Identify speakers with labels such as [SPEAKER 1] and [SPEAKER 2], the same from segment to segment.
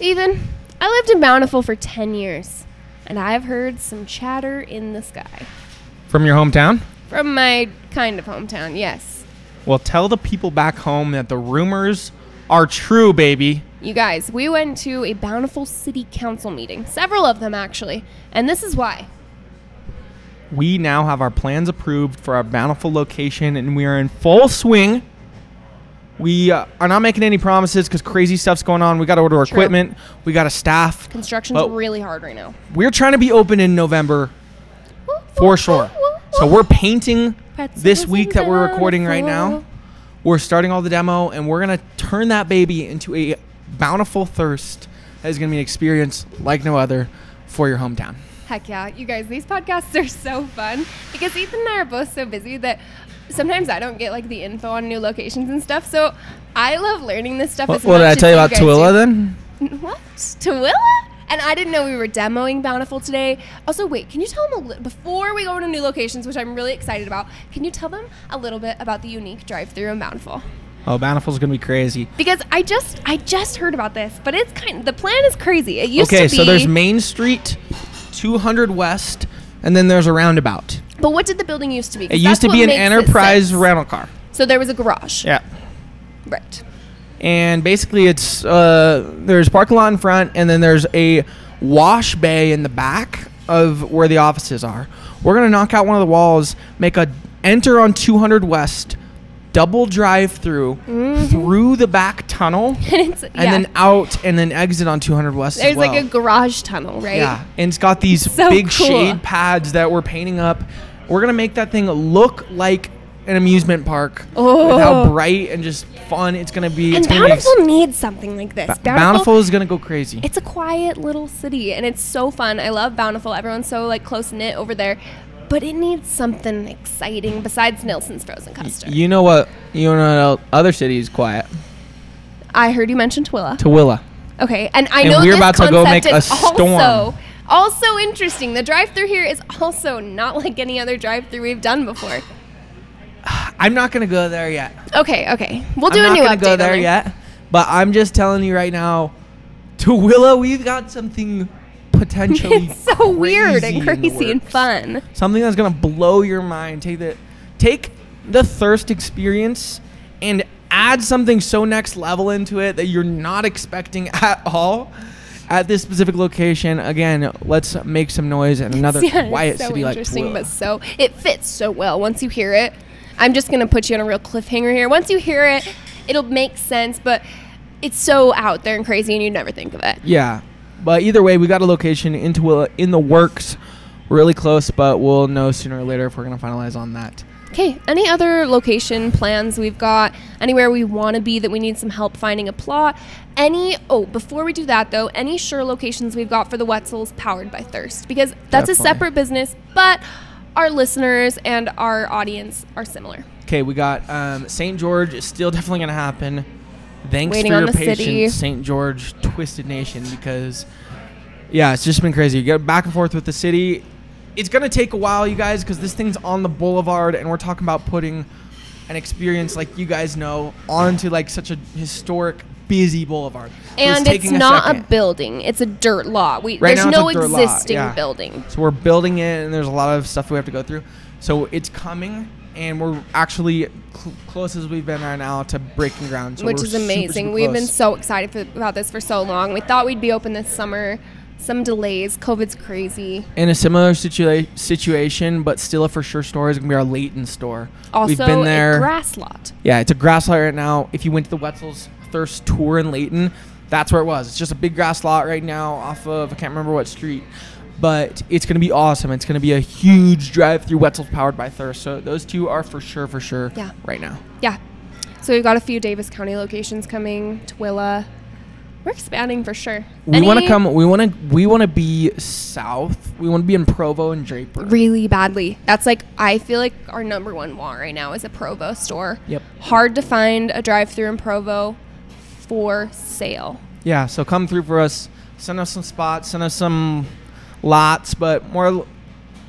[SPEAKER 1] Even, I lived in Bountiful for 10 years, and I've heard some chatter in the sky.
[SPEAKER 2] From your hometown?
[SPEAKER 1] From my kind of hometown, yes.
[SPEAKER 2] Well, tell the people back home that the rumors are true, baby.
[SPEAKER 1] You guys, we went to a Bountiful City Council meeting, several of them actually, and this is why.
[SPEAKER 2] We now have our plans approved for our bountiful location, and we are in full swing. We uh, are not making any promises because crazy stuff's going on. We got to order
[SPEAKER 1] True.
[SPEAKER 2] equipment. We got to staff.
[SPEAKER 1] Construction's
[SPEAKER 2] Oh.
[SPEAKER 1] really hard right now.
[SPEAKER 2] We're trying to be open in November for sure. So we're painting this
[SPEAKER 1] Pretzels
[SPEAKER 2] week
[SPEAKER 1] and
[SPEAKER 2] that we're recording right now.
[SPEAKER 1] bountiful.
[SPEAKER 2] We're starting all the demo, and we're gonna turn that baby into a bountiful thirst that is gonna be an experience like no other for your hometown.
[SPEAKER 1] Heck yeah. You guys, these podcasts are so fun because Ethan and I are both so busy that sometimes I don't get like the info on new locations and stuff. So I love learning this stuff.
[SPEAKER 3] What,
[SPEAKER 1] as
[SPEAKER 3] what did I
[SPEAKER 1] much
[SPEAKER 3] tell you about
[SPEAKER 1] as you
[SPEAKER 3] Twilla
[SPEAKER 1] guys
[SPEAKER 3] then?
[SPEAKER 1] do. What? Twilla? And I didn't know we were demoing Bountiful today. Also, wait, can you tell them a li- before we go into new locations, which I'm really excited about, can you tell them a little bit about the unique drive through in Bountiful?
[SPEAKER 2] Oh, bountiful's gonna be crazy.
[SPEAKER 1] Because I just I just heard about this, but it's kind the plan is crazy. It used
[SPEAKER 2] okay,
[SPEAKER 1] to be
[SPEAKER 2] so there's Main Street, 200 West, and then there's a roundabout.
[SPEAKER 1] But what did the building used to be? 'Cause
[SPEAKER 2] It
[SPEAKER 1] that's
[SPEAKER 2] used to
[SPEAKER 1] what
[SPEAKER 2] be an
[SPEAKER 1] makes it
[SPEAKER 2] enterprise
[SPEAKER 1] sense.
[SPEAKER 2] rental car.
[SPEAKER 1] So there was a garage.
[SPEAKER 2] Yeah.
[SPEAKER 1] Right.
[SPEAKER 2] and basically it's uh, there's parking lot in front and then there's a wash bay in the back of where the offices are we're gonna knock out one of the walls make a enter on 200 west double drive through through the back tunnel
[SPEAKER 1] Mm-hmm. And it's
[SPEAKER 2] and then out and then exit on 200 west as
[SPEAKER 1] there's like
[SPEAKER 2] well.
[SPEAKER 1] a garage tunnel, right?
[SPEAKER 2] yeah and it's got these
[SPEAKER 1] So
[SPEAKER 2] big
[SPEAKER 1] cool.
[SPEAKER 2] shade pads that we're painting up we're gonna make that thing look like an amusement park with how
[SPEAKER 1] Oh.
[SPEAKER 2] bright and just fun it's gonna be
[SPEAKER 1] And
[SPEAKER 2] it's gonna be ex-
[SPEAKER 1] Bountiful needs something like this.
[SPEAKER 2] Ba- Bountiful is gonna go crazy.
[SPEAKER 1] It's a quiet little city and it's so fun. I love Bountiful. Everyone's so like close knit over there. But it needs something exciting besides Nelson's frozen custard.
[SPEAKER 2] You know what? You know what other city is quiet?
[SPEAKER 1] I heard you mentioned Twilla.
[SPEAKER 2] Tooele.
[SPEAKER 1] Okay, and I
[SPEAKER 2] And
[SPEAKER 1] know
[SPEAKER 2] we're
[SPEAKER 1] this
[SPEAKER 2] about to go
[SPEAKER 1] concept
[SPEAKER 2] make a
[SPEAKER 1] is also
[SPEAKER 2] storm.
[SPEAKER 1] also interesting. The drive-through here is also not like any other drive-through we've done before.
[SPEAKER 2] I'm not gonna go there yet.
[SPEAKER 1] Okay, okay, we'll
[SPEAKER 2] I'm
[SPEAKER 1] do
[SPEAKER 2] not
[SPEAKER 1] a new
[SPEAKER 2] gonna
[SPEAKER 1] update.
[SPEAKER 2] go
[SPEAKER 1] on
[SPEAKER 2] there
[SPEAKER 1] it.
[SPEAKER 2] yet. But I'm just telling you right now, Tooele, we've got something potentially
[SPEAKER 1] It's so weird and
[SPEAKER 2] in the
[SPEAKER 1] crazy and
[SPEAKER 2] works.
[SPEAKER 1] fun.
[SPEAKER 2] Something that's gonna blow your mind. Take the take the thirst experience and add something so next level into it that you're not expecting at all. At this specific location, again, let's make some noise and another
[SPEAKER 1] Yeah, it's
[SPEAKER 2] quiet
[SPEAKER 1] so
[SPEAKER 2] city like
[SPEAKER 1] interesting,
[SPEAKER 2] Tooele.
[SPEAKER 1] but so it fits so well once you hear it. I'm just gonna put you on a real cliffhanger here. Once you hear it, it'll make sense, but it's so out there and crazy, and you'd never think of it.
[SPEAKER 2] Yeah, but either way, we got a location into a, in the works, really close, but we'll know sooner or later if we're gonna finalize on that.
[SPEAKER 1] Okay, any other location plans we've got, anywhere we want to be that we need some help finding a plot? Any, oh, before we do that though, any sure locations we've got for the Wetzels powered by Thirst? Because that's a
[SPEAKER 2] Definitely.
[SPEAKER 1] separate business, but our listeners and our audience are similar.
[SPEAKER 2] Okay, we got um, St. George is still definitely gonna happen. Thanks
[SPEAKER 1] Waiting
[SPEAKER 2] for
[SPEAKER 1] on
[SPEAKER 2] your
[SPEAKER 1] the city.
[SPEAKER 2] patience, St. George Twisted Nation, because yeah, it's just been crazy. You get back and forth with the city. It's gonna take a while, you guys, because this thing's on the boulevard, and we're talking about putting an experience like you guys know onto like such a historic, busy boulevard. So
[SPEAKER 1] And it's
[SPEAKER 2] taking a
[SPEAKER 1] not a,
[SPEAKER 2] second.
[SPEAKER 1] building, it's a dirt lot. We,
[SPEAKER 2] Right
[SPEAKER 1] there's
[SPEAKER 2] now it's
[SPEAKER 1] no
[SPEAKER 2] a dirt lot,
[SPEAKER 1] existing
[SPEAKER 2] yeah.
[SPEAKER 1] building.
[SPEAKER 2] So we're building it, and there's a lot of stuff we have to go through. So it's coming, and we're actually cl- close as we've been right now to breaking ground. So
[SPEAKER 1] which
[SPEAKER 2] we're
[SPEAKER 1] is
[SPEAKER 2] super,
[SPEAKER 1] amazing.
[SPEAKER 2] super
[SPEAKER 1] We've been
[SPEAKER 2] close.
[SPEAKER 1] so excited for, about this for so long. We thought we'd be open this summer. Some delays. COVID's crazy.
[SPEAKER 2] in a similar situa- situation, but still a for sure store is gonna be our Leighton store.
[SPEAKER 1] Also,
[SPEAKER 2] we've been
[SPEAKER 1] a
[SPEAKER 2] there.
[SPEAKER 1] grass lot.
[SPEAKER 2] yeah, it's a grass lot right now. If you went to the Wetzel's Thirst tour in Leighton, that's where it was. It's just a big grass lot right now off of I can't remember what street. But it's gonna be awesome. It's gonna be a huge drive-through Wetzel's powered by Thirst. So those two are for sure, for sure,
[SPEAKER 1] Yeah.
[SPEAKER 2] right now.
[SPEAKER 1] Yeah. So we've got a few Davis County locations coming. Twilla. We're expanding for sure.
[SPEAKER 2] We
[SPEAKER 1] Any
[SPEAKER 2] want to come. We want to. We want to be south. We want to be in Provo and Draper.
[SPEAKER 1] really badly. That's like I feel like our number one want right now is a Provo store.
[SPEAKER 2] Yep.
[SPEAKER 1] Hard to find a drive-through in Provo for sale.
[SPEAKER 2] yeah. So come through for us. Send us some spots. Send us some lots. But more, l-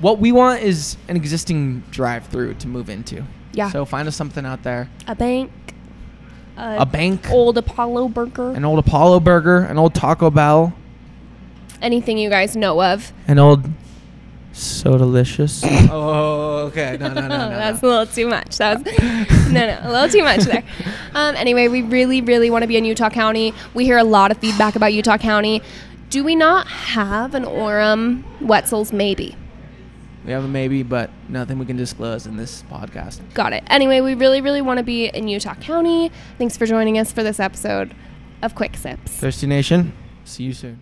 [SPEAKER 2] what we want is an existing drive-through to move into.
[SPEAKER 1] Yeah.
[SPEAKER 2] So find us something out there.
[SPEAKER 1] A bank. uh,
[SPEAKER 2] A bank.
[SPEAKER 1] old Apollo burger,
[SPEAKER 2] an old Apollo burger, an old Taco Bell,
[SPEAKER 1] anything you guys know of.
[SPEAKER 2] an old so delicious. oh, okay. No, no, no, no.
[SPEAKER 1] That's a little too much. That was no, no, a little too much there. Um, anyway, we really, really want to be in Utah County. We hear a lot of feedback about Utah County. Do we not have an Orem Wetzel's? Maybe.
[SPEAKER 2] We have a maybe, but nothing we can disclose in this podcast.
[SPEAKER 1] Got it. Anyway, we really, really want to be in Utah County. Thanks for joining us for this episode of Quick Sips.
[SPEAKER 2] Thirsty Nation, see you soon.